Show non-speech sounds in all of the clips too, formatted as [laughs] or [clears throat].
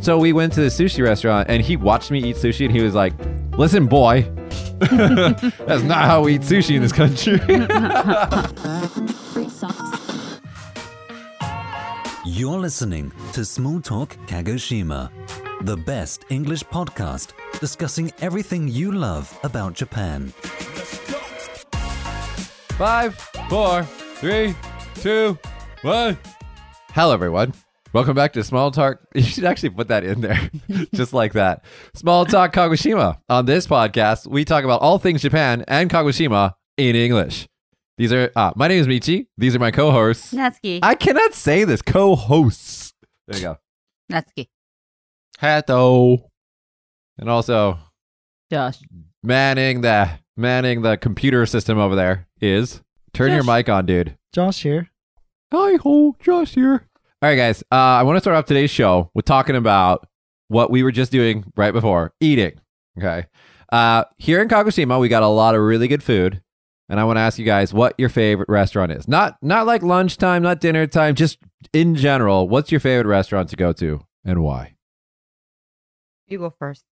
So we went to the sushi restaurant and he watched me eat sushi and he was like, Listen, boy, [laughs] that's not how we eat sushi in this country. [laughs] You're listening to Small Talk Kagoshima, the best English podcast discussing everything you love about Japan. Five, four, three, two, one. Hello, everyone. Welcome back to Small Talk. [laughs] You should actually put that in there, [laughs] just like that. Small Talk Kagoshima. On this podcast, we talk about all things Japan and Kagoshima in English. These are uh, my name is Michi. These are my co-hosts. Natsuki. I cannot say this. Co-hosts. There you go. Natsuki. Hato. And also Josh. manning the manning the computer system over there is turn your Josh. mic on, dude. Josh here. Hi ho, Josh here. All right, guys. Uh, I want to start off today's show with talking about what we were just doing right before eating. Okay. Uh, here in Kagoshima, we got a lot of really good food, and I want to ask you guys what your favorite restaurant is. Not not like lunchtime, not dinner time, just in general. What's your favorite restaurant to go to, and why? You go first.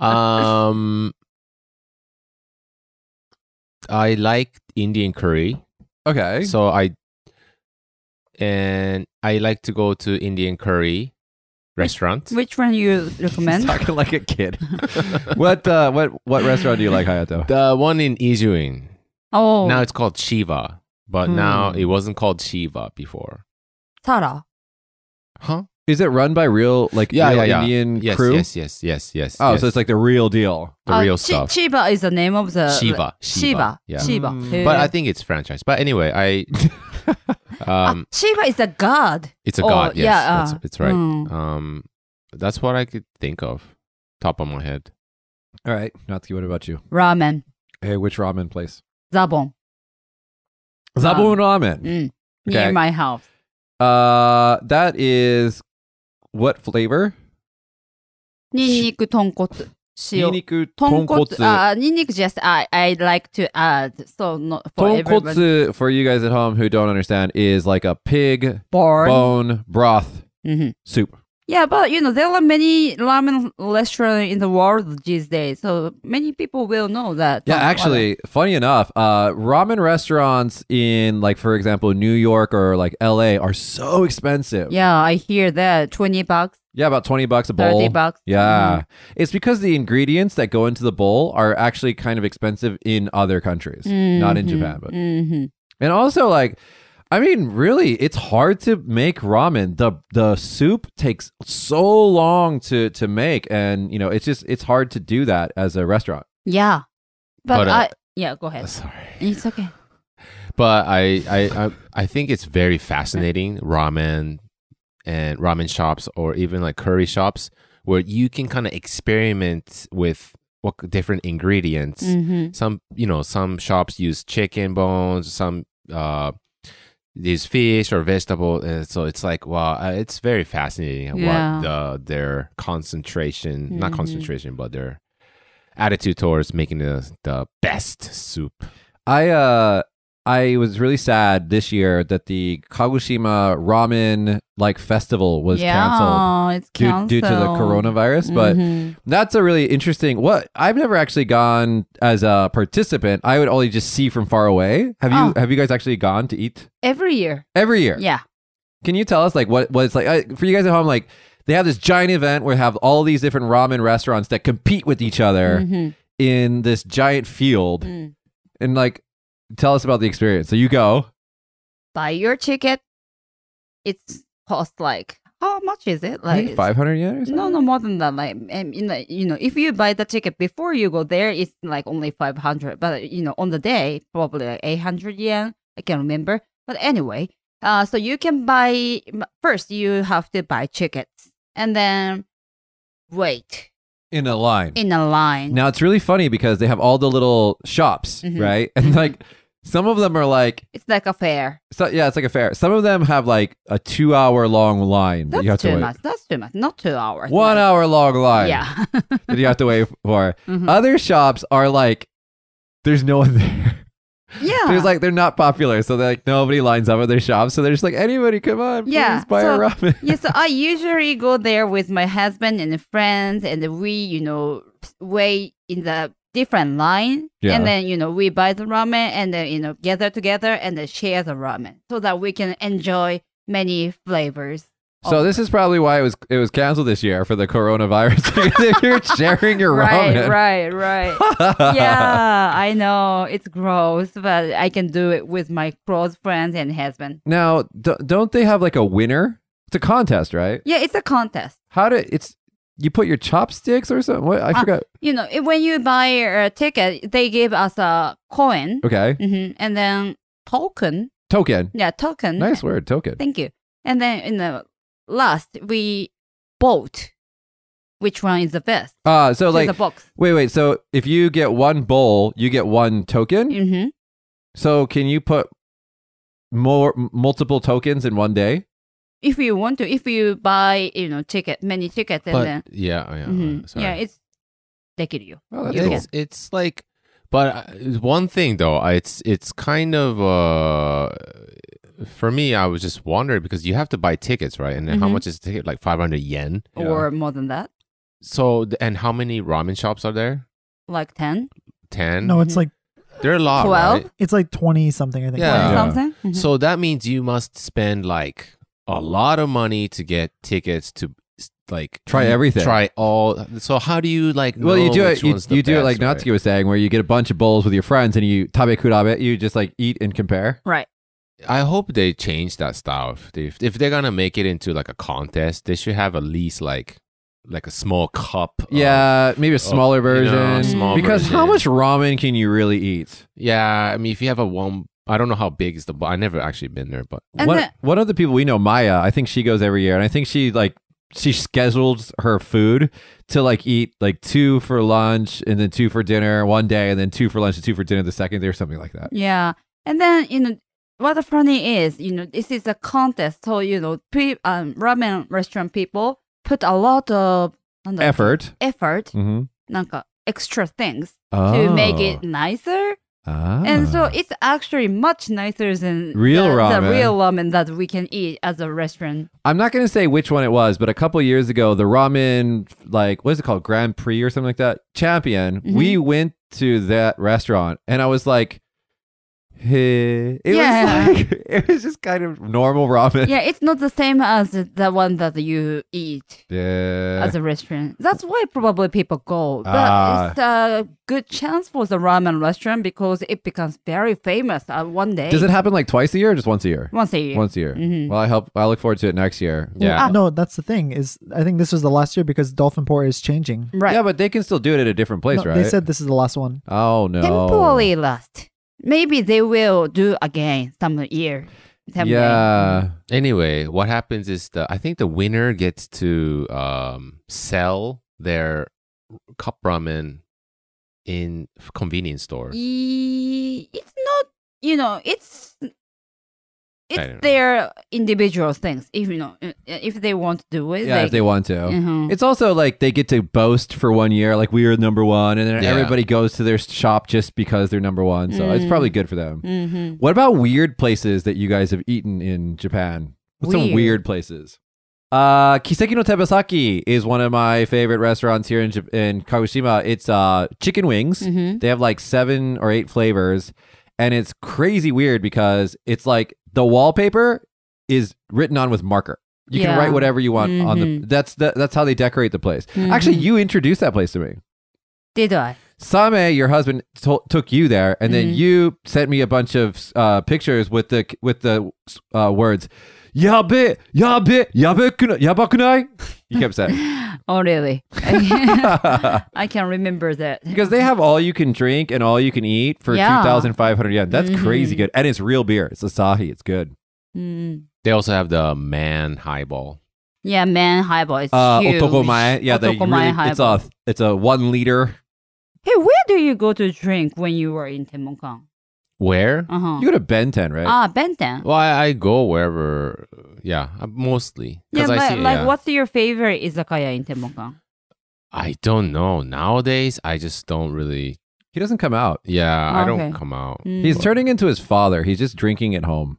um i like indian curry Okay. so i and i like to go to indian curry restaurant [laughs] Which one you recommend? talking like a kid. what uh, what what restaurant do you like, Hayato? [laughs] the one in izuin Oh, now it's called shiva but now Hmm. it wasn't called shiva before Tara. huh Is it run by real like yeah real yeah, yeah. Indian yes, crew? yes yes yes yes Oh, yes. so it's like the real deal. the Uh, real Chi- stuff Chiba is the name of the shiva Shiba. yeah Shiba. Mm. but i think it's franchise but anyway [laughs] i um ah, Shiba is the god. It's a Oh, god, yes. yeah, that's, uh, it's right. mm. Um, that's what I could think of, top of my head. All right, Natsuki, what about you? Ramen. Hey, which ramen place? Zabon. Zabun ramen. Mm. Near Okay. my house. Uh, that is what flavor? ニンニク tonkotsu. Shio. Niniku Tonkotsu. tonkotsu. Uh, ニンニク just I, I like to add. So not for everybody. Tonkotsu for you guys at home who don't understand is like a pig Born. bone broth Mhm. Oh, soup. Yeah, but you know there are many ramen restaurants in the world these days, so many people will know that. Yeah, actually, funny enough, uh, ramen restaurants in like for example New York or like L.A. are so expensive. Yeah, I hear that twenty bucks, Yeah, about 20 bucks a bowl. thirty bucks. Yeah. Mm. It's because the ingredients that go into the bowl are actually kind of expensive in other countries, not in Mhm. Japan. But Mhm. and also like I mean, really, it's hard to make ramen. The the soup takes so long to to make and, you know, it's just it's hard to do that as a restaurant. yeah, but, But, uh, I yeah, go [laughs] ahead. Sorry, It's okay. but I, I, I, I think it's very fascinating ramen and ramen shops, or even like curry shops, where you can kind of experiment with what different ingredients. hmm Some, you know, some shops use chicken bones, some uh, these fish or vegetable, and so it's like wow, uh, it's very fascinating Yeah. what the, their concentration, not Mhm. concentration, but their attitude towards making the the best soup. I uh I was really sad this year that the Kagoshima ramen like festival was yeah, canceled. It's Due, canceled due to the coronavirus, but Mhm. That's a really interesting. What I've never actually gone as a participant. I would only just see from far away. Have you Oh. Have you guys actually gone to eat every year, every year? yeah, Can you tell us like what what it's like I, for you guys at home? Like they have this giant event where they have all these different ramen restaurants that compete with each other Mhm. in this giant field, Mm. and like tell us about the experience. So you go. buy your ticket. It's cost like how much is it? I Like think it's- 500 yen or something? No, no, more than that. Like, um, you know, you know, if you buy the ticket before you go there, it's like only five hundred. But you know, on the day, probably like eight hundred yen. I can't remember. But anyway, uh, so you can buy m- first. You have to buy tickets and then wait In a line. in a line. Now it's really funny because they have all the little shops, Mhm. right? And like some of them are like It's like a fair. So yeah, it's like a fair. Some of them have like a two hour long line that That's you have to too wait. much. That's too much. Not two hours. One Like, hour long line [laughs] [laughs] Yeah. [laughs] that you have to wait for. Mhm. Other shops are like, there's no one [laughs] there. Yeah. There's like they're not popular, so they're like nobody lines up at their shops, so they're just like anybody, come on, please Yeah, buy so- a ramen. [laughs] yeah, so I usually go there with my husband and friends, and we, you know, wait in the different line, Yeah. and then you know we buy the ramen and then you know gather together and then share the ramen so that we can enjoy many flavors. So this is probably why it was it was canceled this year for the coronavirus. [laughs] because if you're sharing your right, [laughs] ramen, right, right. [laughs] yeah, I know it's gross, but I can do it with my close friends and husband. Now, d- don't they have like a winner? It's a contest, right? Yeah, it's a contest. How do it's you put your chopsticks or something? What I Ah. forgot. You know, it- when you buy a ticket, they give us a coin Okay, hmm and then token. token. Yeah, token. Nice word, token. Thank you. And then in the last, we vote which one is the best. Uh so Choose like a box. wait, wait. So if you get one bowl, you get one token. hmm So can you put more m- multiple tokens in one day? If you want to, if you buy, you know, ticket, many tickets, and but then yeah, oh, yeah, Mhm. uh, sorry. yeah, it's they give you. Oh, that's You cool. it's, it's like, but uh, one thing though, I- it's it's kind of uh, for me. I was just wondering because you have to buy tickets, right? And then how Mhm. much is the ticket? Like five hundred yen. Yeah. or more than that, So th- and how many ramen shops are there? like ten, Ten. No, Mhm. it's like there are a Ah, lot. twelve, right? it's like twenty something. I think. Yeah. or Yeah. something. Mhm. So that means you must spend like a lot of money to get tickets to like Try you- everything. Try all. So how do you like? Well, you know do it. which You, one's the you do it best, like right? Natsuki was saying, where you get a bunch of bowls with your friends and you tabe kurabe. You just like eat and compare. right, I hope they change that style. If, they, if they're gonna make it into like a contest, they should have at least like like a small cup. of- yeah, maybe a smaller Oh. you version. know, small because how version. much ramen can you really eat? yeah. I mean, if you have a one, I don't know how big is the. bo- I never actually been there, but and one, then one of the people we know, Maya, I think she goes every year, and I think she like she schedules her food to like eat like two for lunch and then two for dinner one day, and then two for lunch and two for dinner the second day or something like that. Yeah, and then you know what the funny is, you know, this is a contest, so you know, pre um, ramen restaurant people put a lot ofなんだろう Effort. effort, Mm-hmm. なんか extra things to make Oh. it nicer, Ah. and so it's actually much nicer than Real the, the ramen. real ramen that we can eat as a [laughs] restaurant. I'm not going to say which one it was, but a couple years ago, the ramen, like, what is it called? Grand Prix or something like that? Champion. Mhm. We went to that restaurant and I was like, hey. It Yeah. was like, [laughs] it was just kind of normal ramen. yeah, it's not the same as the one that you eat. Yeah. As a restaurant, that's why probably people go. But Ah. it's a good chance for the ramen restaurant because it becomes very famous uh, one day. Does it happen like twice a year or just once a year? Once a year. Once a year. Mhm. Well, I hope I look forward to it next year. yeah. Ah, No, that's the thing. Is I think this was the last year because Dolphin Port is changing. Right. Yeah, but they can still do it at a different place, No, right? They said this is the last one. oh, no. Temporarily last. Maybe they will do again some year. Some day. Yeah. anyway, what happens is the I think the winner gets to um, sell their cup ramen in convenience store. E- It's not, you know, it's don't know. it's their individual things. If you know, uh, if they want to do it, Yeah, if they want to. Mhm. It's also like they get to boast for one year, like we are number one, and then Yeah. everybody goes to their shop just because they're number one. So it's Mm. probably good for them. Mhm. What about weird places that you guys have eaten in Japan? What's some Weird. weird places? Uh, Kiseki no Tebasaki is one of my favorite restaurants here in Jap- in Kagoshima. It's uh chicken wings. Mhm. They have like seven or eight flavors, and it's crazy weird because it's like the wallpaper is written on with marker. You Yeah. can write whatever you want on the. Mhm. That's the, that's how they decorate the place. Actually, Mhm. you introduced that place to me. Did I? Same, your husband to- took you there, and then Mhm. you sent me a bunch of uh, pictures with the with the uh, words, yabe, yabe, yabe, yabakunai. [laughs] You kept saying Oh, [laughs] really? [laughs] I can remember that. because they have all you can drink and all you can eat for Yeah. two thousand five hundred yen. That's Mhm. crazy good, and it's real beer. It's Asahi. It's good. Mm. They also have the man highball. Yeah, man, highball is Uh, huge. otokomae, yeah, they Otokomae really, it's highball. a it's a one liter. Hey, where do you go to drink when you were in Temukan? Where? Uh huh. You go to Benten, right? Ah, Benten. Well, I, I go wherever. Yeah, uh, mostly. Yeah, 'Cause but I see, like, yeah. what's your favorite izakaya in Temukan? I don't know. Nowadays, I just don't really He doesn't come out. Yeah, I don't Oh, Okay. come out. Mm. He's turning into his father. He's just drinking at home.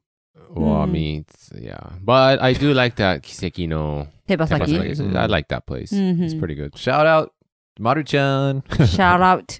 Well, I Mm. mean, it's- yeah, but I do like that Kisekino. Tebasaki. Tepasaki. I like that place. It's Mhm. pretty good. Shout out Maruchan. [laughs] [laughs] Shout out.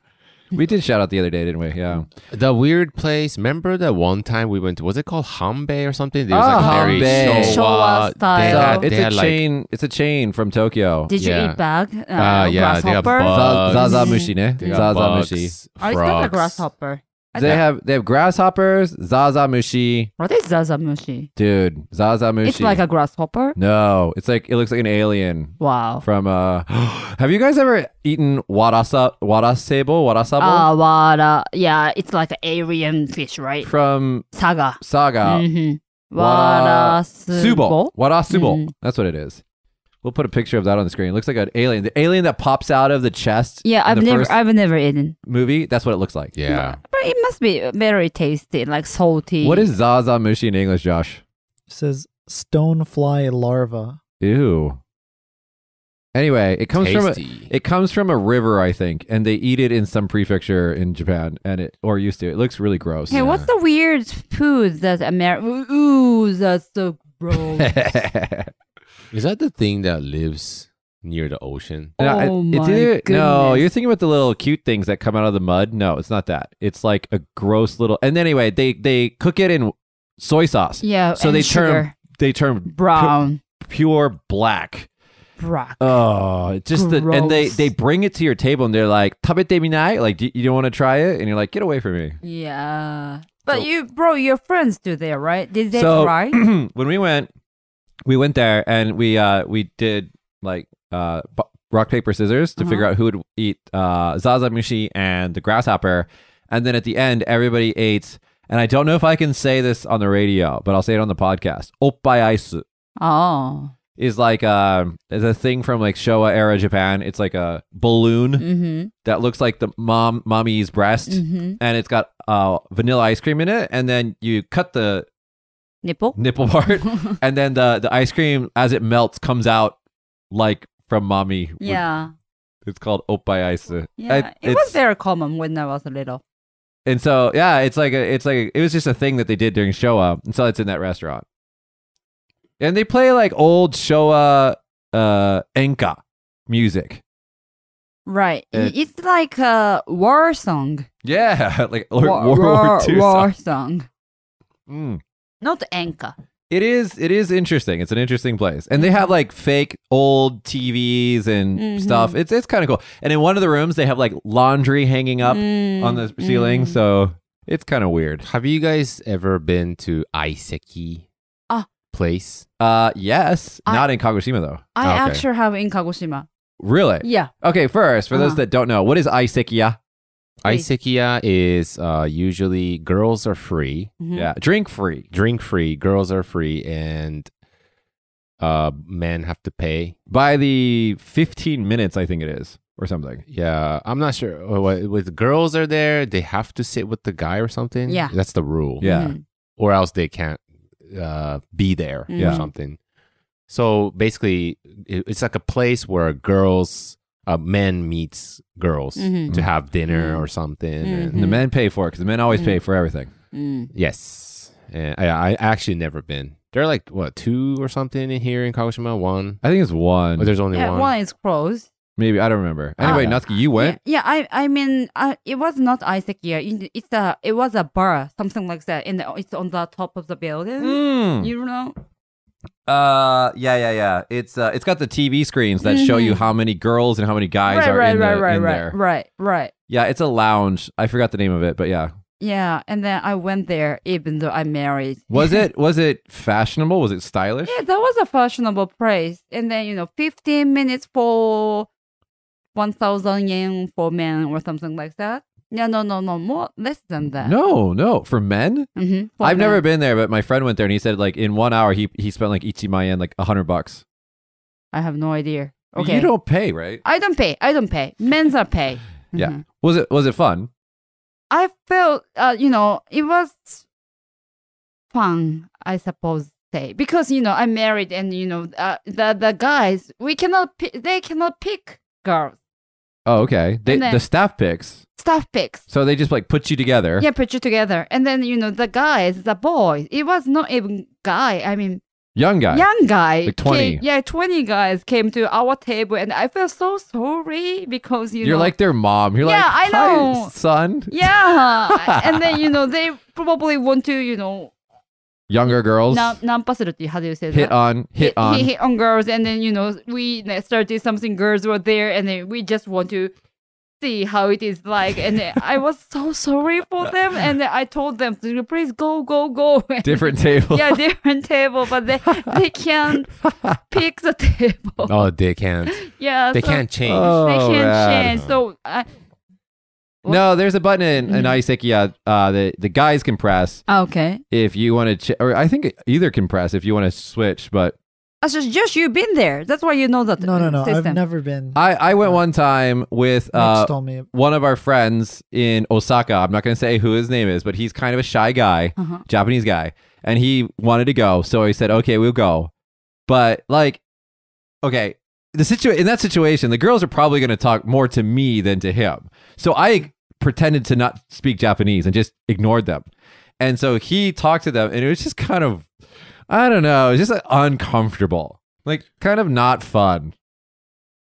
we did shout out the other day, didn't we? Yeah. The weird place. Remember that one time we went to? Was it called Hanbei or something? There Ah, was like very Hanbei. Showa, Showa They style. had, So it's they had a like chain. it's a chain from Tokyo. Did you Yeah. eat bug? Uh, Ah, yeah, they have grasshopper? bug. Za- bugs. Zazamushi, ne? Uh, they got bugs, Zazamushi. Oh, it's not a frogs. grasshopper. I They thought- have they have grasshoppers, zazamushi, What is zazamushi? dude, zazamushi. It's like a grasshopper. no, it's like it looks like an alien Wow. from uh. [gasps] have you guys ever eaten warasa warasable warasable Uh, what, uh, yeah, it's like an alien fish, right? from Saga. Saga mm-hmm. wara- Mm-hmm. Warasubo. Subo Mm-hmm. warasubo? Mhm. That's what it is. We'll put a picture of that on the screen. It looks like an alien, the alien that pops out of the chest. Yeah, in I've the never, first I've never eaten, movie. That's what it looks like. Yeah. but it must be very tasty, like salty. What is zazamushi in English, Josh? says stonefly larva. Ew. Anyway, it comes from a, Tasty. [laughs] it comes from a river, I think, and they eat it in some prefecture in Japan, and it or used to. It looks really gross. Hey, what's the weird food that America? Ooh, that's so gross. Is that the thing that lives near the ocean? [laughs] No, I- Oh it's my either- no, goodness. you're thinking about the little cute things that come out of the mud. No, it's not that. It's like a gross little. And anyway, they they cook it in soy sauce. yeah. So and they sugar. turn they turn brown pure black. rock. Oh, it's just the and they Gross. they bring it to your table and they're like tabete minai, like "Do you- you don't want to try it, and you're like get away from me. yeah, but So- you brought your friends to there, right? Did [clears throat] they so try? when we went, we went there and we uh we did like uh b- rock paper scissors to Uh-huh. figure out who would eat uh zazamushi and the grasshopper, and then at the end everybody ate. And I don't know if I can say this on the radio, but I'll say it on the podcast. Oppai isu Oh, is like uh, is a thing from like Showa era Japan. It's like a balloon mm-hmm, that looks like the mom mommy's breast, mm-hmm. and it's got uh, vanilla ice cream in it. And then you cut the Nipple. nipple part, and then the the ice cream as it melts comes out like from mommy. with- yeah, it's called oppai ice. I- yeah. it it's- was very common when I was little. And so yeah, it's like a, it's like it was just a thing that they did during Showa, and so it's in that restaurant. And they play like old Showa uh, enka music. Right. I- It- it's like a war song. Yeah, [laughs] like Lord- war, World War II. war song. song. Mm. Not anka. It is. It is interesting. It's an interesting place, and they have like fake old TVs and Mhm. stuff. It's it's kind of cool. And in one of the rooms, they have like laundry hanging up on the Mm, Mm-hmm. ceiling, so it's kind of weird. Have you guys ever been to Aiseki Ah. place? Uh, yes, I- not in Kagoshima though. I Okay. actually have in Kagoshima. Really? Yeah. Okay. First, for those Uh-huh. Mm-hmm. that don't know, what is Aisekiya? Please. Aisekiya is uh, usually girls are free, Mhm. Yeah, drink free. drink free, girls are free, and uh, men have to pay. By the fifteen minutes, I think it is, or something. Yeah, I'm not sure. Oh, what- With girls are there, they have to sit with the guy or something. Yeah. that's the rule. Yeah. Mhm. or else they can't uh, be there Yeah. or something. So basically, it, it's like a place where girls, uh, men meets girls Mhm. Mm-hmm. to have dinner Mhm. or something. And Mm-hmm. And the men pay for it because the men always pay for everything. Mm. yes, and I, I actually never been. There are like what two or something in here in Kagoshima. One. I think it's one. Oh, there's only Yeah, one. one is closed. Maybe I don't remember. Anyway, Ah. Natsuki, you went. Yeah, yeah, I, I mean, uh, it was not Isaacia. It, it's a, it was a bar, something like that, and it's on the top of the building. Mm. You know, Uh, yeah, yeah, yeah. It's uh, it's got the TV screens that show you Mhm. how many girls and how many guys right, are right, in, right, the, right, in right, there. right, right. Yeah, it's a lounge. I forgot the name of it, but yeah. Yeah, and then I went there, even though I'm married. Was it was it fashionable? Was it stylish? [laughs] Yeah, that was a fashionable place, and then you know, fifteen minutes for one thousand yen for men or something like that. No, no, no, no, more less than that. No, no, for men. Mhm, for I've never men. been there, but my friend went there and he said like in one hour he he spent like ichimayen like a hundred bucks. I have no idea. Okay, you don't pay, right? I don't pay. I don't pay. Men's are pay. Yeah. Mhm. Was it was it fun? I felt, uh, you know, it was fun, I suppose, say because you know I'm married, and you know, uh, the the guys we cannot pi- they cannot pick girls. Oh, okay. They, And then- the staff picks. Staff picks. So they just like put you together. Yeah, put you together. And then, you know, the guys, the boys, it was not even guy. I mean, Young guy. young guy. Like 20. came- yeah, 20 guys came to our table. And I felt so sorry because, you You're know. like their mom. You're Yeah, like, I know. Hi, son. [laughs] yeah. and then, you know, they probably want to, you know, Younger girls nam- nampaするって how do you say hit that? on, hit on. [laughs] He hit on girls, and then you know we like, started something. Girls were there, and then we just want to see how it is like. And then I was so sorry [laughs] for them, and then I told them, please go, go, go. [laughs] And- Different table. yeah, different table, but they [laughs] they can't pick the table. Oh, [laughs] they can't. Yeah, They so can't change. Oh, they can't man. change. So I, [laughs] No, there's a button in, in Isekia uh, that the guys can press okay, if you want to, ch- or I think either can press if you want to switch. But it's just just you've been there. That's why you know that. No, no, no. System. I've never been. I, I went one time with uh, Max told me. one of our friends in Osaka. I'm not going to say who his name is, but he's kind of a shy guy, Uh-huh. Japanese guy, and he wanted to go. So he said, "Okay, we'll go." But like, okay, the situ in that situation, the girls are probably going to talk more to me than to him. So I pretended to not speak Japanese and just ignored them. And so he talked to them, and it was just kind of, I don't know, it was just like, uncomfortable, like kind of not fun.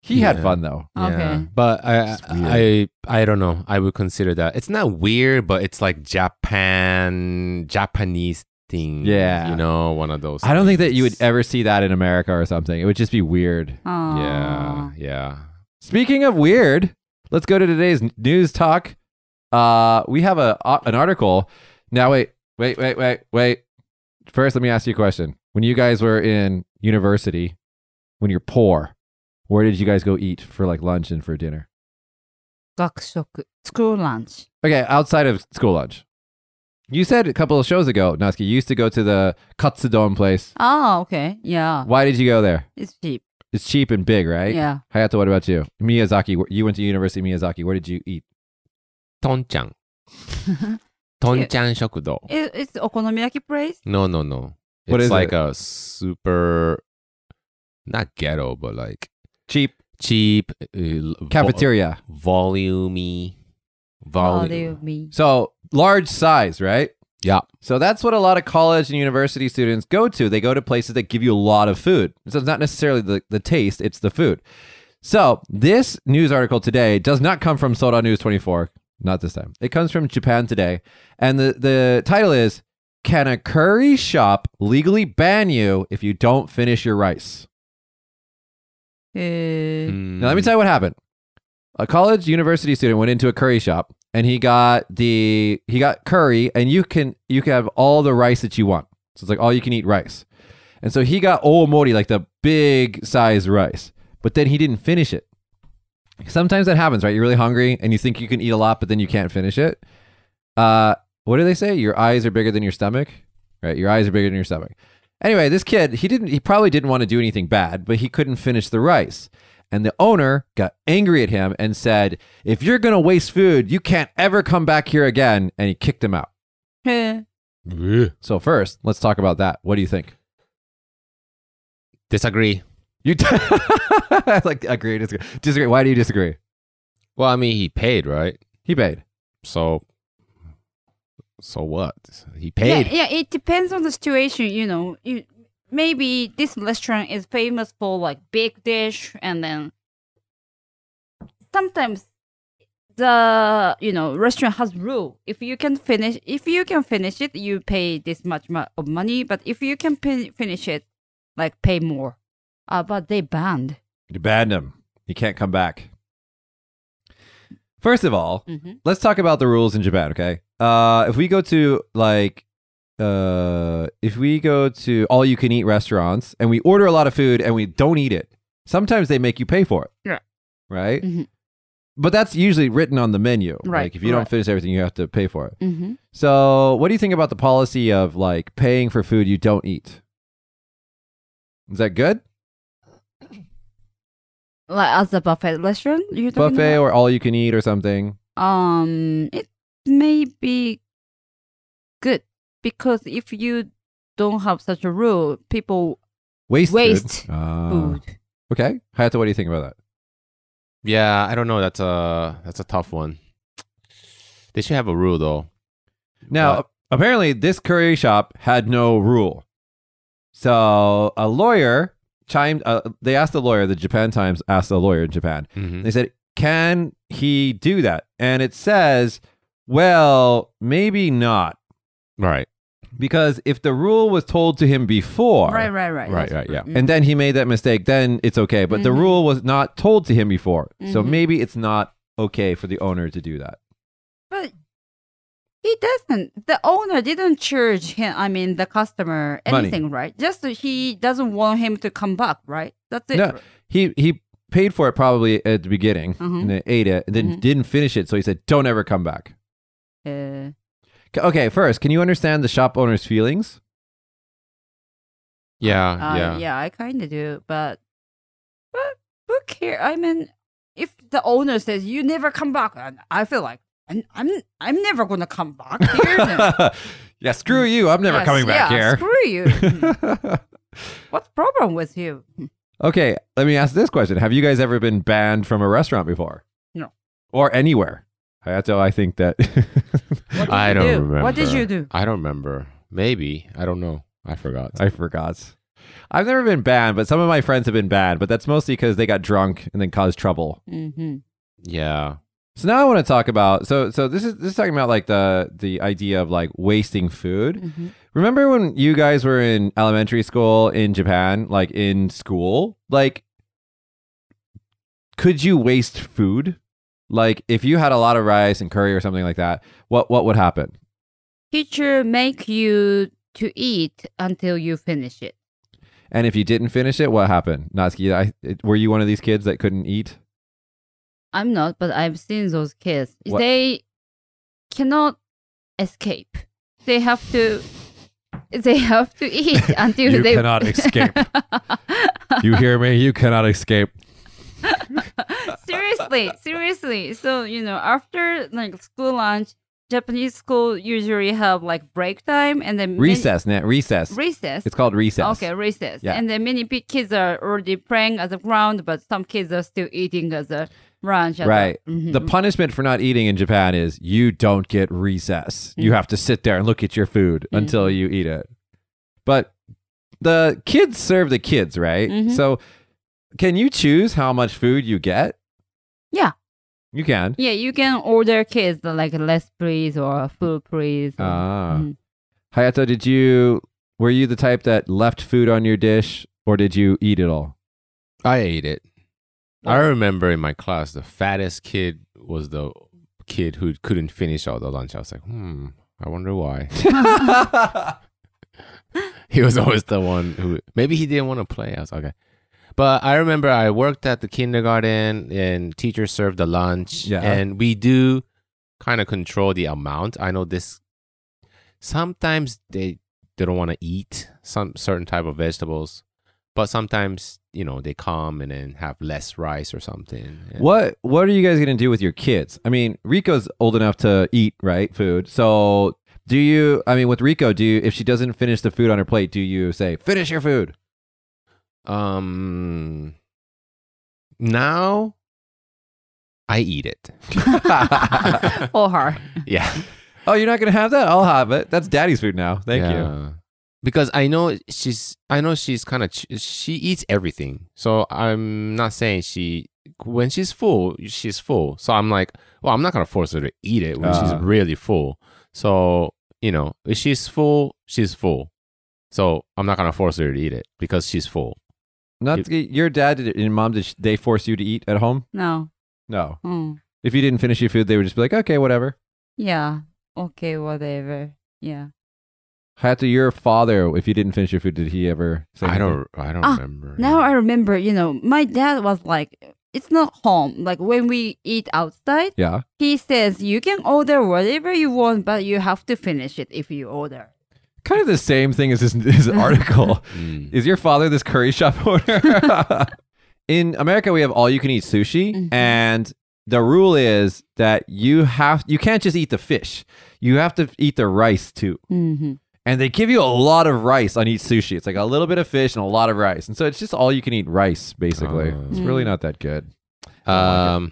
He had Yeah. fun though. Yeah, Okay. but I, It's I, I don't know. I would consider that it's not weird, but it's like Japan, Japanese thing. Yeah. you know, one of those. I don't think that you would things. ever see that in America or something. It would just be weird. Aw. Yeah, yeah. Speaking of weird, let's go to today's n- news talk. Uh, we have a uh, an article. Now wait, wait, wait, wait, wait. First, let me ask you a question. When you guys were in university, when you're poor, where did you guys go eat for like lunch and for dinner? 学食 school lunch. Okay, outside of school lunch. You said a couple of shows ago, Natsuki, you used to go to the katsudon place. Oh, okay. Yeah. Why did you go there? It's cheap. It's cheap and big, right? Yeah. Hayato, what about you? Miyazaki, wh- you went to University of Miyazaki. Where did you eat? [laughs] Tonchan, Tonchan Shokudo. It, it's okonomiyaki place. No, no, no. It's What is it? like a super, not ghetto, but like Cheap cheap uh, l- vo- cafeteria. volumey, Oh, volume. they me. So large size, right? Yeah. So that's what a lot of college and university students go to. They go to places that give you a lot of food. So it's not necessarily the, the taste, it's the food. So this news article today does not come from Soda News 24, not this time. It comes from Japan Today. And the, the title is Can a curry shop legally ban you if you don't finish your rice? Uh, Now, let me tell you what happened. A college university student went into a curry shop and he got the he got curry and you can you can have all the rice that you want. So it's like all you can eat rice. And so he got omori like the big size rice, but then he didn't finish it. Sometimes that happens, right? You're really hungry and you think you can eat a lot, but then you can't finish it. Uh, what do they say? Your eyes are bigger than your stomach, right? Your eyes are bigger than your stomach. Anyway, this kid, he didn't, he probably didn't want to do anything bad, but he couldn't finish the rice. And the owner got angry at him and said, "If you're gonna waste food, you can't ever come back here again." And he kicked him out. eh, Ugh. So first, let's talk about that. What do you think? Disagree. You [laughs] I like agree, disagree, disagree. Why do you disagree? Well, I mean, he paid, right? He paid. So, so what? He yeah, paid. yeah, it depends on the situation. You know, you, maybe this restaurant is famous for like big dish, and then sometimes the you know restaurant has rule. If you can finish, if you can finish it, you pay this much mo- of money. But if you can pin finish it, like pay more. Uh, but they banned. You banned him. He can't come back. First of all, Mm-hmm. let's talk about the rules in Japan, okay? Uh, if we go to like, uh, if we go to all you can eat restaurants and we order a lot of food and we don't eat it, sometimes they make you pay for it. Yeah. Right. Mhm. But that's usually written on the menu. Right, Like if you don't right. finish everything, you have to pay for it. Mm-hmm. So, what do you think about the policy of like paying for food you don't eat? Is that good? like as a buffet restaurant you talking Buffet about? or all you can eat or something? um it may be good because if you don't have such a rule people Waste. Waste Food. Ah. food Okay. Hayato, what do you think about that? Yeah, I don't know. That's a that's a tough one. They should have a rule though. Now, Uh, apparently, this curry shop had no rule. So a lawyer chimed. Uh, they asked the lawyer. The Japan Times asked the lawyer in Japan. Hmm. They said, "Can he do that?" And it says, "Well, maybe not, Right. because if the rule was told to him before, Right, right, right. Right, That's- right, yeah. and then he made that mistake, then it's okay. But the Mhm. rule was not told to him before, so Mhm. maybe it's not okay for the owner to do that. But he doesn't. The owner didn't charge him. I mean, the customer Money. anything, right? Just he doesn't want him to come back, right? That's it. No, he he paid for it probably at the beginning Mhm. and then ate it and then Mhm. didn't finish it. So he said, "Don't ever come back." Uh, C- Okay, first, can you understand the shop owner's feelings? Yeah, uh, yeah. yeah. I kind of do, but but who cares? I mean, if the owner says you never come back, and I feel like and I'm I'm never gonna come back here. then. yeah, screw you! I'm [laughs] never Yes, coming back yeah, here. [laughs] Screw you. Mm-hmm. What's problem with you? okay, let me ask this question: Have you guys ever been banned from a restaurant before? No. Or anywhere? Hayato, I think that. [laughs] What did I you don't do? remember. What did you do? I don't remember. Maybe. I don't know. I forgot. I forgot. I've never been banned, but some of my friends have been banned, but that's mostly because they got drunk and then caused trouble. Mm-hmm. yeah. So now I want to talk about so so this is this is talking about like the the idea of like wasting food. Mhm. Remember when you guys were in elementary school in Japan, like in school? Like could you waste food? Like if you had a lot of rice and curry or something like that, what what would happen? Teacher make you to eat until you finish it. And if you didn't finish it, what happened? Natsuki, I, were you one of these kids that couldn't eat? I'm not, but I've seen those kids. What- They cannot escape. They have to. They have to eat until [laughs] You they cannot [laughs] escape. You hear me? You cannot escape. seriously, seriously. So you know, after like school lunch, Japanese school usually have like break time and then many- Recess, Nat. Recess. recess. It's called recess. Okay, recess. Yeah. And then many pe- kids are already praying at the ground, but some kids are still eating as a brunch. as a- Right. Mhm. The punishment for not eating in Japan is you don't get recess. You have to sit there and look at your food Mhm. until you eat it. But the kids serve the kids, right? Mhm. So can you choose how much food you get? Yeah. You can. yeah, you can order kids like less please or full please. or- Ah. [laughs] Mhm. Hayato, did you were you the type that left food on your dish or did you eat it all? [laughs] I ate it. I remember in my class, the fattest kid was the kid who couldn't finish all the lunch. I was like, hmm, I wonder why. he was always the one who, maybe he didn't want to play. I was okay. But I remember I worked at the kindergarten and teachers served the lunch. Yeah. And we do kind of control the amount. I know this, sometimes they, they don't want to eat some certain type of vegetables but sometimes you know they come and then have less rice or something. And- What what are you guys gonna do with your kids? I mean, Rico's old enough to eat, right? Food. So do you I mean with Rico, do you if she doesn't finish the food on her plate, do you say, finish your food? [laughs] Um, now I [laughs] eat it. oh, or her. Yeah, you're not gonna have that? I'll have it. That's daddy's food now. Thank you. you. Because I know she's, I know she's kind of, she eats everything. So I'm not saying she, when she's full, she's full. So I'm like, well, I'm not gonna force her to eat it when she's Ah. really full. So you know, if she's full, she's full. So I'm not gonna force her to eat it because she's full. Not your dad did- and your mom did sh- they force you to eat at home? No. No. Mm. If you didn't finish your food, they would just be like, okay, whatever. Yeah. Okay, whatever. Yeah. Hayato, your father, if you didn't finish your food, did he ever say I anything? don't. I don't Ah, remember. Now I remember, you know, my dad was like, it's not home. Like when we eat outside, Yeah. he says you can order whatever you want, but you have to finish it if you order. Kind of the same thing as this, [laughs] this article. Mm. Is your father this curry shop [laughs] owner? In America, we have all you can eat sushi, Mhm. and the rule is that you have you can't just eat the fish; you have to eat the rice too. Mm-hmm. And they give you a lot of rice on each sushi. It's like a little bit of fish and a lot of rice, and so it's just all you can eat rice. Basically, Oh. Mm. it's really not that good. Um,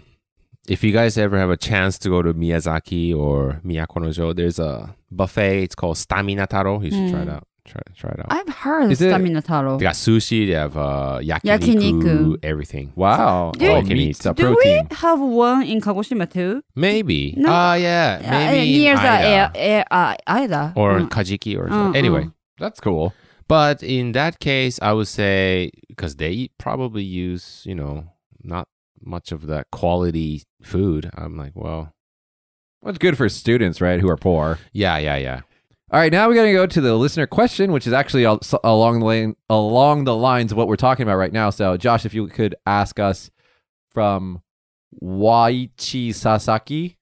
if you guys ever have a chance to go to Miyazaki or Miyakonojo, there's a buffet. It's called Stamina Taro. You should try it Mm. out. Try try it out. I've heard Is of it- Stamina Taro. they got sushi. They have uh, yakiniku, Yakiniku. everything. Wow. Do- All Do meats, uh, Do protein. we have one in Kagoshima too? Maybe. No. Ah, yeah. Uh, Maybe in near the Aida air, air, uh, Aida. or Mm. Kajiki or Mm, something. anyway. mm. That's cool. But in that case, I would say because they probably use you know not much of that quality food. I'm like, well, Well, it's good for students, right, who are poor. yeah, yeah, yeah. All right, now we're going to go to the listener question, which is actually al- s- along the lane, along the lines of what we're talking about right now. So, Josh, if you could ask us from Waichi Sasaki.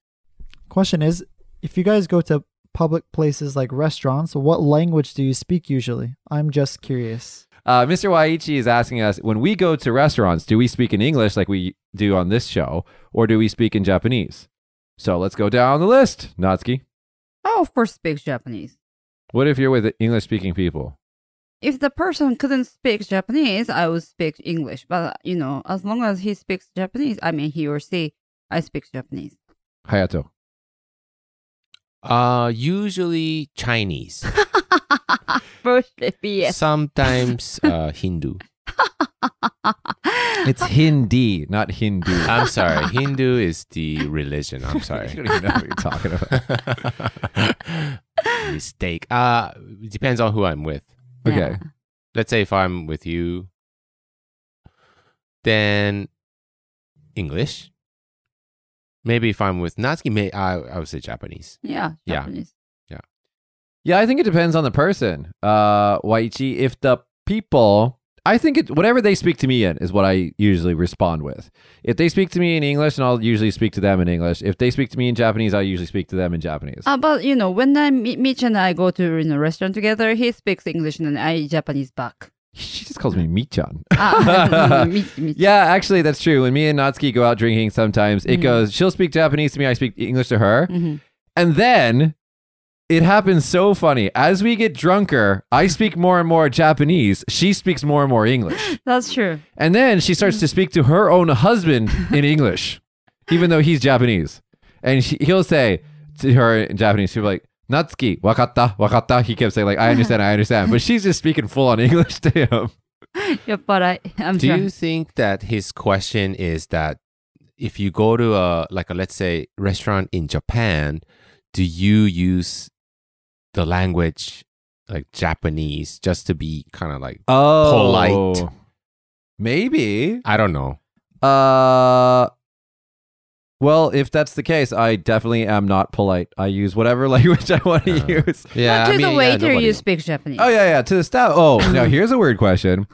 Question is, if you guys go to public places like restaurants, what language do you speak usually? I'm just curious. Uh, Mr. Waichi is asking us when we go to restaurants, do we speak in English like we do on this show, or do we speak in Japanese? So let's go down the list, Natsuki. I of course speak Japanese. What if you're with English speaking people? If the person couldn't speak Japanese, I would speak English. But uh, you know, as long as he speaks Japanese, I mean he or she, I speak Japanese. [laughs] Hayato. Uh, usually Chinese. Bullshit BS. Sometimes uh, Hindu. It's Hindi, not [laughs] Hindu. I'm sorry, Hindu is the religion. [laughs] I'm you sorry. don't even know what you're talking about. Mistake. Uh, it depends on who I'm with. Okay. Yeah. Let's say if I'm with you, then English. Maybe if I'm with Natsuki, may I, I would say Japanese. Yeah, Yeah. Japanese. Yeah, I think it depends on the person. Uh Waichi, if the people I think it whatever they speak to me in is what I usually respond with. If they speak to me in English, and I'll usually speak to them in English. If they speak to me in Japanese, I usually speak to them in Japanese. Uh, but you know, when I Mi- Mitch and I go to you know, restaurant together, he speaks English and I [laughs] Japanese back. she just calls me Michan. [laughs] Ah, [laughs] Mitch, Mitch. Yeah, actually, that's true. When me and Natsuki go out drinking, sometimes it Mhm. goes, she'll speak Japanese to me, I speak English to her. Mhm. And then it happens so funny. As we get drunker, I speak more and more Japanese. She speaks more and more English. That's true. And then she starts to speak to her own husband in English, even though he's Japanese. And she, he'll say to her in Japanese, she'll be like, Natsuki, wakata, wakata. He kept saying, like, I understand, I understand. But she's just speaking full on English to him. Yeah, but I, I'm Do sure. you think that his question is that if you go to a like a let's say restaurant in Japan, do you use the language like Japanese just to be kind of like Oh, Polite. Maybe. I don't know. Uh, well, if that's the case, I definitely am not polite. I use whatever [laughs] language I want to Uh, use. Yeah, but to I mean, the yeah, waiter, nobody- you speak Japanese. Oh yeah, yeah. To the staff. Oh, [laughs] now here's a weird question.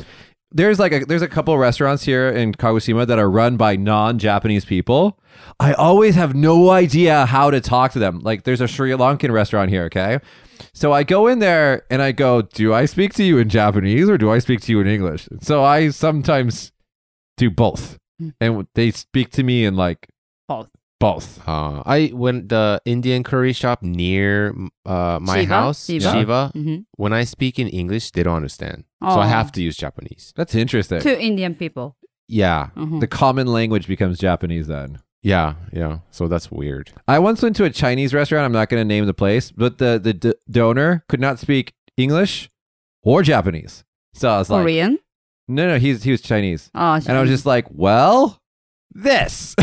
There's like a there's a couple restaurants here in Kagoshima that are run by non-Japanese people. I always have no idea how to talk to them. Like there's a Sri Lankan restaurant here, okay? So I go in there and I go, "Do I speak to you in Japanese or do I speak to you in English?" So I sometimes do both. And they speak to me in like Mm. Both. Both. Uh, I when the Indian curry shop near uh, my Shiva? house, Shiva? Shiva, Mhm. when I speak in English, they don't understand. So I Oh. have to use Japanese. That's interesting. Two Indian people. Yeah, Mhm. the common language becomes Japanese then. yeah, yeah. So that's weird. I once went to a Chinese restaurant. I'm not going to name the place, but the the d- donor could not speak English or Japanese. So I was like, Korean? no, no, he's he was Chinese, Oh, and I was just like, well, this. [laughs]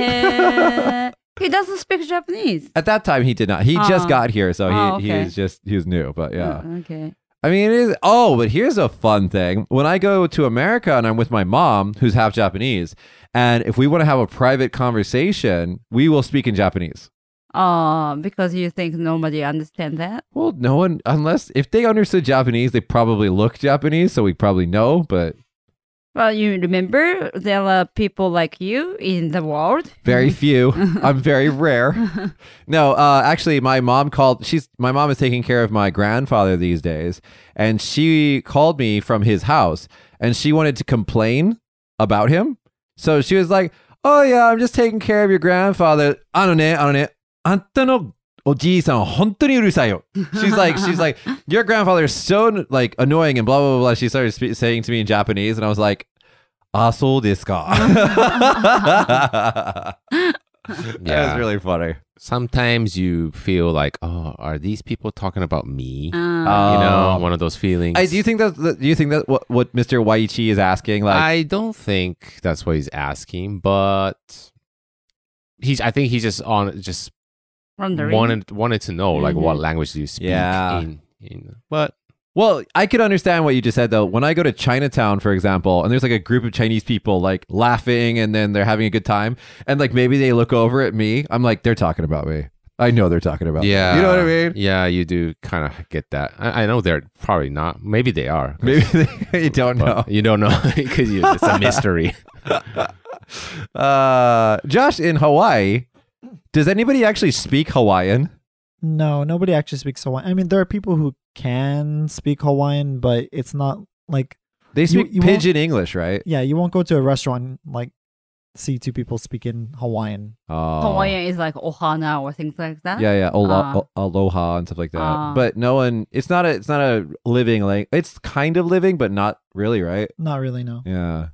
Eh, [laughs] he doesn't speak Japanese. At that time, he did not. He just Oh. got here, so he Oh, he okay. was just he was new. But yeah, Oh, okay. I mean, it is. Oh, but here's a fun thing. When I go to America and I'm with my mom, who's half Japanese, and if we want to have a private conversation, we will speak in Japanese. Oh, because you think nobody understand that? Well, no one, unless if they understood Japanese, they probably look Japanese, so we probably know. But Well, you remember there are people like you in the world. very few. I'm very rare. No, uh, actually, my mom called. She's my mom is taking care of my grandfather these days, and she called me from his house, and she wanted to complain about him. So she was like, "Oh yeah, I'm just taking care of your grandfather." あのね、あのね、あんたのおじいさん本当にうるさいよ。She's like, she's like, your grandfather is so like annoying and blah blah blah. blah." She started spe- saying to me in Japanese, and I was like, Ah, so this [laughs] That was Yeah. really funny. Sometimes you feel like, oh, are these people talking about me? Uh, you know, Oh. one of those feelings. I do you think that that- do you think that what what Mr. Waiichi is asking like I don't think that's what he's asking, but he's. I think he's just on just wondering. wanted wanted to know like what Mhm. language do you speak Yeah. in, in. But Well, I could understand what you just said though. When I go to Chinatown, for example, and there's like a group of Chinese people like laughing and then they're having a good time, and like maybe they look over at me, I'm like, they're talking about me. I know they're talking about me. yeah, You know what I mean? Yeah, you do kind of get that. I, I know they're probably not. Maybe they are. Maybe [laughs] they, you don't know. But You [laughs] don't know because it's a mystery. Uh, Josh, in Hawaii, does anybody actually speak Hawaiian? No, nobody actually speaks Hawaiian. I mean, there are people who can speak Hawaiian, but it's not like They speak you won't- pidgin English, right? yeah, you won't go to a restaurant and, like see two people speaking Hawaiian. Oh. Hawaiian is like ohana or things like that. [laughs] Yeah, [laughs] yeah, Alo- Ah. al- aloha and stuff like that. Ah. but no one, it's not a, it's not a living like it's kind of living, but not really, right? Not really, no. Yeah.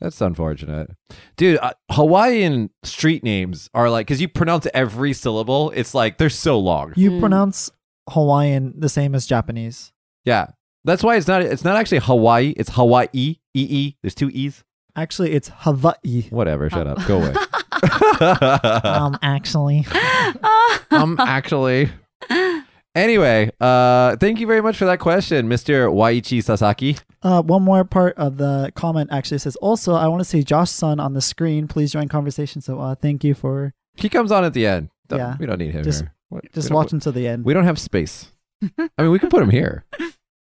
That's unfortunate. Dude, uh, Hawaiian street names are like, because you pronounce every syllable, it's like they're so long. You Mm. pronounce Hawaiian the same as Japanese. Yeah. That's why it's not it's not actually Hawaii, it's Hawaii, E E. There's two E's. Actually, it's Hawaii. Whatever, shut up. Go away. [laughs] [laughs] um, actually, [laughs] um actually. Anyway, uh thank you very much for that question, Mr. Waiichi Sasaki. uh, one more part of the comment actually says. Also, I want to see Josh's son on the screen. Please join conversation. So, uh, thank you for He comes on at the end. Don't- Yeah. We don't need him Just- here. What- just we don't- watch until the end. We don't have space. I mean, we could put him here.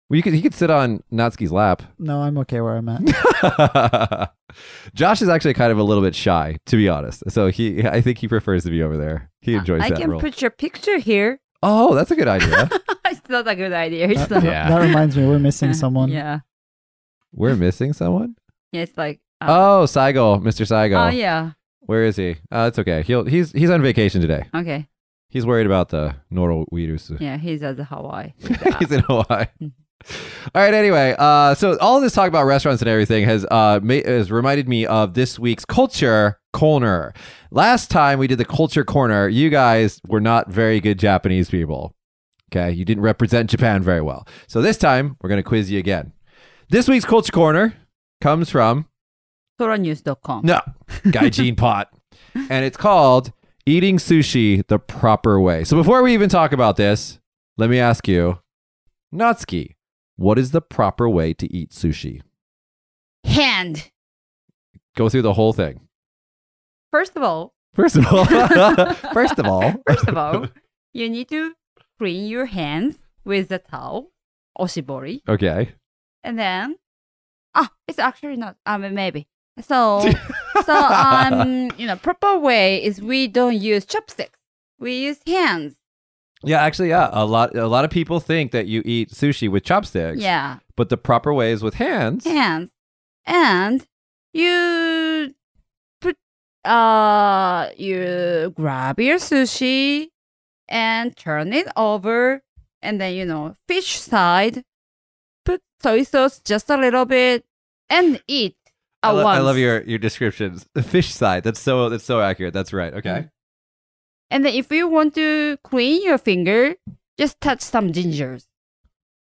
We could he could sit on Natsuki's lap. No, I'm okay where I'm at. Josh is actually kind of a little bit shy, to be honest. So he, I think he prefers to be over there. He enjoys I that can role. put your picture here. [laughs] oh, that's a good idea. it's not a good idea. It's That, not- that- Yeah. that reminds me, we're Uh, missing [laughs] someone. Yeah. We're missing someone. yeah. It's like. Uh, Oh, Saigo, Mr. Saigo. oh yeah. Where is he? Oh, it's okay. He'll he's he's on vacation today. Okay. He's worried about the norovirus. Yeah. He's at the [laughs] Hawaii. he's in Hawaii. Mhm. All right. Anyway, uh, so all this talk about restaurants and everything has uh ma- has reminded me of this week's culture corner. Last time we did the culture corner, you guys were not very good Japanese people. Okay, you didn't represent Japan very well. So this time we're gonna quiz you again. This week's culture corner comes from Toranews.com. no Gaijin [laughs] Pot, and it's called eating sushi the proper way. So before we even talk about this, let me ask you, Natsuki, what is the proper way to eat sushi? Hand. Go through the whole thing. First of all, First of all, [laughs] first of all, First of [laughs] all, you need to clean your hands with the towel, oshibori, okay. and then ah, it's actually not. I mean, maybe. So, [laughs] so um, you know, proper way is we don't use chopsticks. We use hands. Yeah, actually, yeah. A lot, a lot of people think that you eat sushi with chopsticks. Yeah, But the proper way is with hands. hands, and you put uh, you grab your sushi and turn it over and then you know fish side put soy sauce just a little bit and eat at I, lo- once I love your your descriptions. The fish side. That's so. That's so accurate. That's right. Mm-hmm. Okay. and then if you want to clean your finger just touch some gingers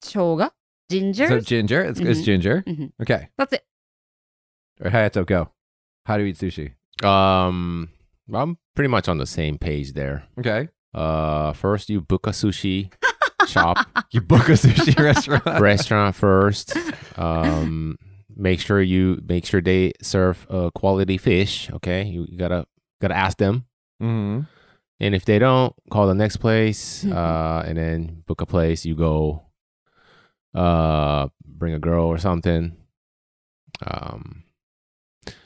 shoga ginger So ginger. It's, it's Mhm. ginger. Mhm. Okay. that's it All right, Hayato, go. How to eat sushi. [laughs] Um, I'm pretty much on the same page there. Okay. Uh, first you book a sushi shop [laughs] You [laughs] book a sushi [laughs] restaurant. restaurant first. Um, make sure you make sure they serve uh, quality fish. Okay, you gotta gotta ask them, Mm-hmm. and if they don't, call the next place, Mhm. uh, and then book a place. You go, uh, bring a girl or something. Um,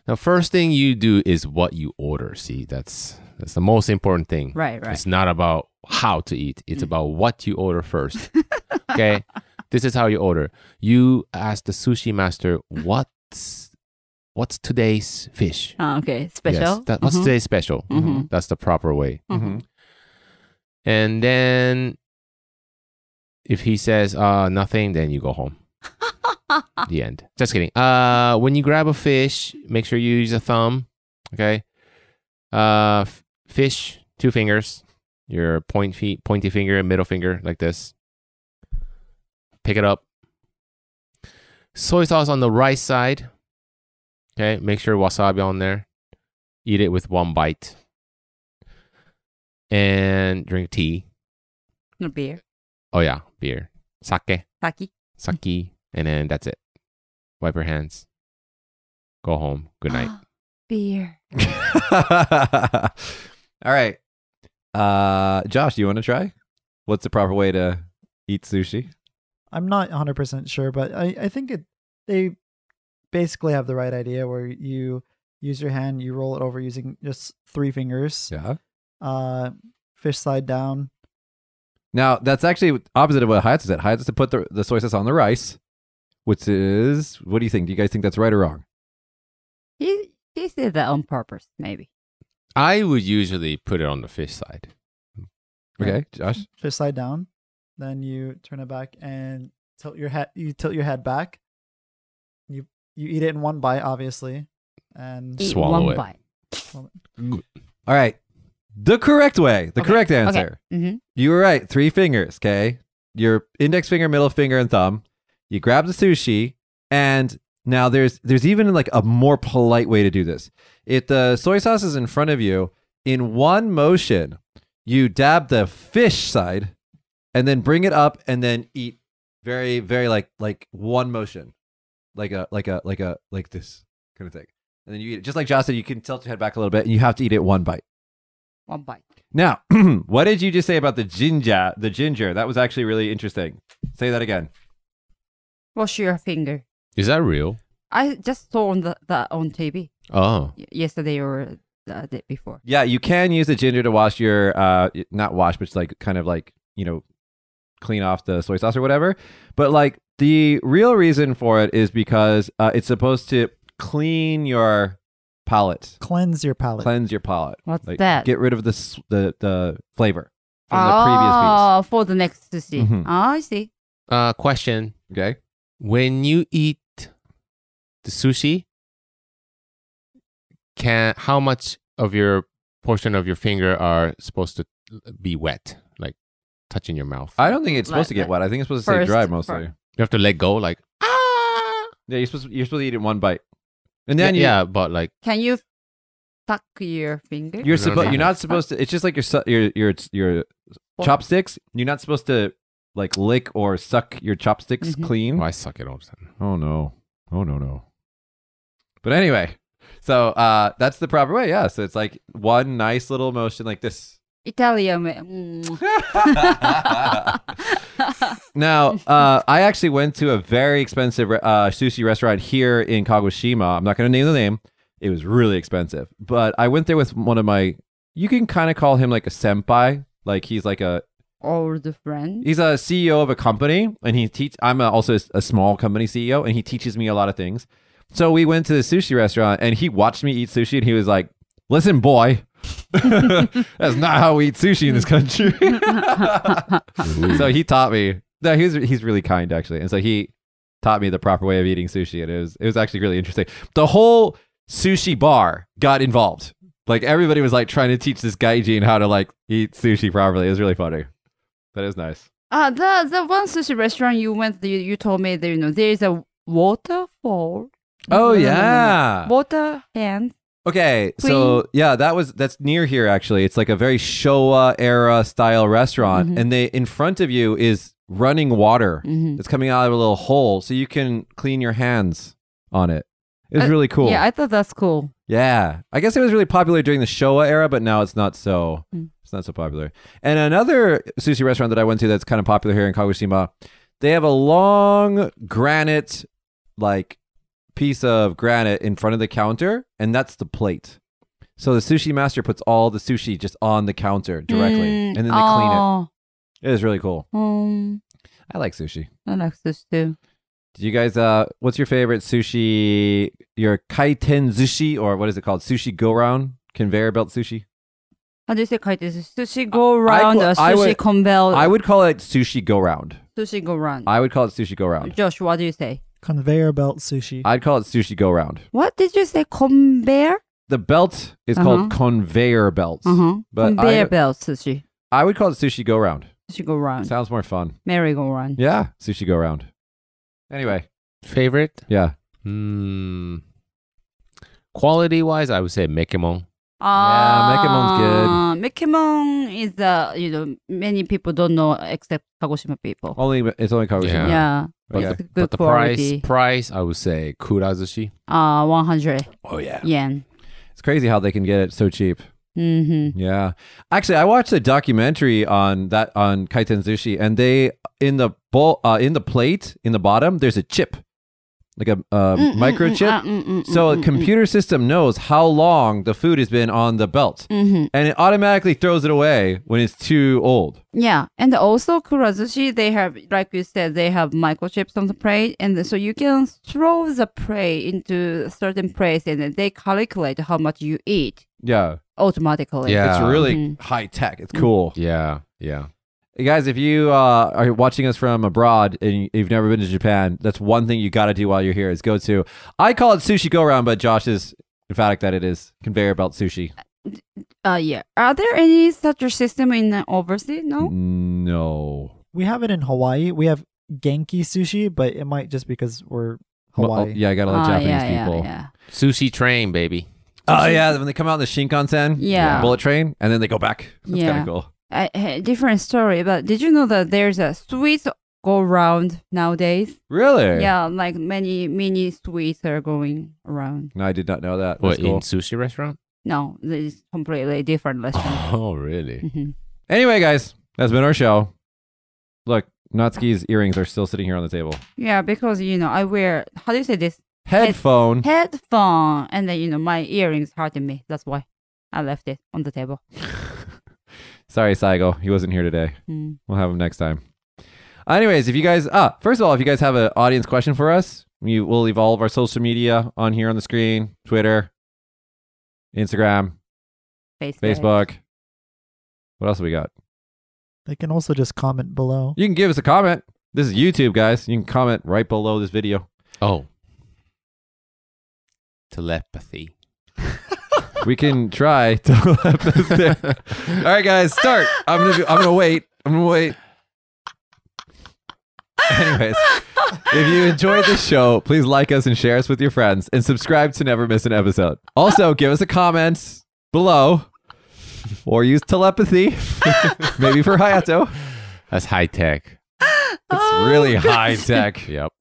the first thing you do is what you order. See, that's that's the most important thing. right right It's not about how to eat. It's Mm. about what you [laughs] order first. okay. This is how you order. You ask the sushi master what's what's today's fish? Ah, okay Yes, special that- what's Mhm. today's special? Mhm. That's the proper way. Mhm. And then if he says uh nothing, then you go home. the end. Just kidding. Uh, when you grab a fish, make sure you use a thumb. Okay. Uh, f- fish, two fingers, your point fe- pointy finger and middle finger, like this. Pick it up. Soy sauce on the right side. Okay. Make sure wasabi on there. Eat it with one bite. And drink tea. No beer. Oh, yeah. Beer. Sake Saki. sake, and then that's it. Wipe your hands. Go home. Good night. [gasps] beer. Mm-hmm. [laughs] All right. Uh, Josh, do you want to try? What's the proper way to eat sushi? I'm not 100% sure, but I, I think it they basically have the right idea where you use your hand, you roll it over using just three fingers, Yeah. uh, fish side down. Now, that's actually opposite of what Hayatsu said. Hayatsu said put the, the soy sauce on the rice, which is, what do you think? Do you guys think that's right or wrong? He he said that on purpose, maybe. [gasps] I would usually put it on the fish side. Okay, Josh? Fish side down. Then you turn it back and tilt your head. You tilt your head back. You you eat it in one bite, obviously, and Eat Swallow one it. bite. All right. The correct way, the Okay, correct answer. Okay. hmm You were right. Three fingers, okay? Your index finger, middle finger, and thumb. You grab the sushi, and now there's there's even like a more polite way to do this. If the soy sauce is in front of you, in one motion, you dab the fish side and then bring it up and then eat very, very like like one motion. Like a like a like a like this kind of thing. And then you eat it. Just like Josh said, you can tilt your head back a little bit and you have to eat it one bite. One bite. Now, [clears throat] what did you just say about the ginger? The ginger that was actually really interesting. Say that again. Wash your finger. Is that real? I just saw on the, the on TV Oh, y- yesterday or the day before. Yeah, you can use the ginger to wash your uh, not wash, but it's like kind of like you know, clean off the soy sauce or whatever. But like the real reason for it is because uh, it's supposed to clean your palate, cleanse your palate. cleanse your palate. What's that? Get rid of the s- the the flavor from oh, for the next sushi. Mhm. Oh, I see. uh, question: the previous piece. Okay. When you eat the sushi, can how much of your portion of your finger are supposed to be wet, like touching your mouth? I don't think it's supposed Like- to get like- wet. I think it's supposed to stay First- dry mostly. fir- you have to let go, like Yeah, you're supposed you're supposed to eat it in one bite, and yeah, then you, yeah, but like Can you suck your finger? You're No, no, supposed. no. You're not supposed to. It's just like your su- your your your chopsticks. You're not supposed to like lick or suck your chopsticks Mhm. clean. oh, I suck it all the time. Oh no! Oh no no! But anyway, so uh, that's the proper way. Yeah. So it's like one nice little motion like [laughs] this. Italian. mm. [laughs] Now, uh, I actually went to a very expensive re- uh, sushi restaurant here in Kagoshima. I'm not going to name the name. It was really expensive, but I went there with one of my. You can kind of call him like a senpai. Like he's like a Old friend. he's a CEO of a company, and he teach. I'm a, also a small company CEO, and he teaches me a lot of things. So we went to the sushi restaurant, and he watched me eat sushi, and he was like, "Listen, boy." [laughs] That's not how we eat sushi in this country. [laughs] so he taught me. No, he's he's really kind actually, and so he taught me the proper way of eating sushi, and it was it was actually really interesting. The whole sushi bar got involved. Like everybody was like trying to teach this gaijin how to like eat sushi properly. It was really funny. That is nice. Ah, the the one sushi restaurant you went, you, you told me that you know there is a waterfall. Oh No, no, no, no, no. yeah. water hand. Okay, so yeah, that was that's near here actually. It's like a very Showa era style restaurant, Mhm. and they in front of you is running water Mhm. that's coming out of a little hole, so you can clean your hands on it. It was Uh, really cool. Yeah, I thought that's cool. Yeah, I guess it was really popular during the Showa era, but now it's not so Mm. it's not so popular. And another sushi restaurant that I went to that's kind of popular here in Kagoshima, they have a long granite like piece of granite in front of the counter, and that's the plate. So the sushi master puts all the sushi just on the counter directly, Mm. and then they clean it. It is really cool. clean it. Um, I like sushi. I like this too. Do you guys? Uh, what's your favorite sushi? Your kaiten sushi, or what is it called? Sushi go round conveyor belt sushi. How do you say kaiten? Sushi go round call- or I sushi would- convel? I would call it sushi go round. sushi go round. I would call it sushi go round. Josh, what do you say? Conveyor belt sushi. I'd call it sushi go round. What did you say? Conveyor? The belt is Uh-huh. called conveyor belts, Uh-huh. Mm-hmm. but Conveyor I, belt sushi. I would call it sushi go round. Sushi go round. Sounds more fun. Merry go round. Yeah, sushi go round. Anyway, Favorite? yeah, Hmm. Quality wise, I would say Mekimon. Yeah, Ah, Mekemon is uh, you know many people don't know except Kagoshima people. only it's only Kagoshima. Yeah. yeah, but Oh, Okay. it's good But the quality. price, price, I would say Kurazushi. uh, 100 Oh yeah, yen. it's crazy how they can get it so cheap. Mm-hmm. Yeah. Actually, I watched a documentary on that on kaiten sushi, and they in the bowl, uh, in the plate, in the bottom, there's a chip, like a uh, Mm, Uh-uh. microchip. So a computer system knows how long the food has been on the belt, Mm-hmm. and it automatically throws it away when it's too old. Yeah, and also kurazushi, they have, like you said, they have microchips on the plate, and so you can throw the prey into certain place, and then they calculate how much you eat Yeah, automatically. Yeah. it's really Mhm. high tech. It's cool, Yeah, yeah. Hey, guys. If you uh, are watching us from abroad and you've never been to Japan, that's one thing you got to do while you're here is go to. I call it sushi go round, but Josh is emphatic that it is conveyor belt sushi. Uh, yeah. Are there any such a system in uh, overseas? No. No. we have it in Hawaii. We have Genki sushi, but it might just because we're Well, oh, Hawaii. yeah, I gotta let Ah, Japanese yeah, people. Yeah, yeah. Sushi train, baby. Oh yeah, when they come out in the Shinkansen, Yeah. bullet train, and then they go back. That's kind Yeah. of cool. I- I- different story, but did you know that there's a sweet go round nowadays? Really? Yeah, like many mini sweets are going around. No, I did not know that. What That's cool. in sushi restaurant? No, it's completely different restaurant. [sighs] [laughs] Oh, really? Mhm. Anyway, guys, that's been our show. Look, Natsuki's earrings are still sitting here on the table. yeah, because you know I wear how do you say this Headphone. headphone, and then you know my earrings hurting me. That's why I left it on the table. Sorry, Saigo, he wasn't here today. Mm. We'll have him next time. Anyways, if you guys, ah, first of all, if you guys have an audience question for us, we will leave all of our social media on here on the screen: Twitter, Instagram, Face there. Facebook. What else have we got? They can also just comment below. You can give us a comment. This is YouTube, guys. You can comment right below this video. [laughs] Oh, telepathy. We can try [laughs] to let this there. All right, guys, start. I'm gonna be, I'm gonna wait. I'm gonna wait. Anyways, if you enjoyed this show, please like us and share us with your friends, and subscribe to never miss an episode. Also, give us a comment below, or use telepathy, [laughs] maybe for Hayato. That's high tech. It's really high tech. Yep.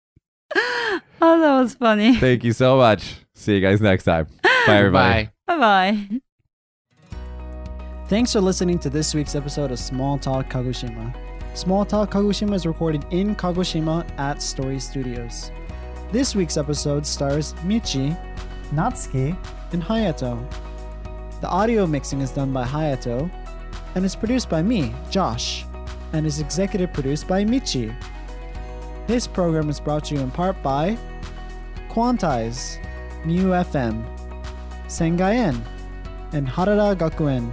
[gasps] Oh, that was funny. [laughs] Thank you so much. See you guys next time. Bye, everybody. Bye. Bye bye. Thanks for listening to this week's episode of Small Talk Kagoshima. Small Talk Kagoshima is recorded in Kagoshima at Story Studios. This week's episode stars Michi Natsuki. and Hayato. The audio mixing is done by Hayato and is produced by me, Josh, and is executive produced by Michi. This program is brought to you in part by Quantize, Mu FM, Sengayen, and Harada Gakuen.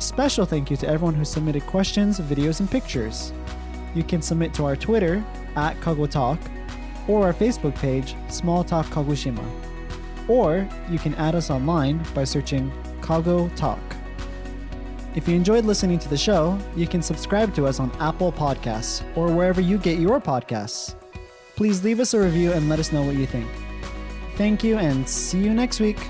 Special thank you to everyone who submitted questions, videos, and pictures. You can submit to our Twitter at Kagotalk or our Facebook page, Small Talk Kagoshima or you can add us online by searching Kago Talk. If you enjoyed listening to the show, you can subscribe to us on Apple Podcasts or wherever you get your podcasts. Please leave us a review and let us know what you think. Thank you and see you next week.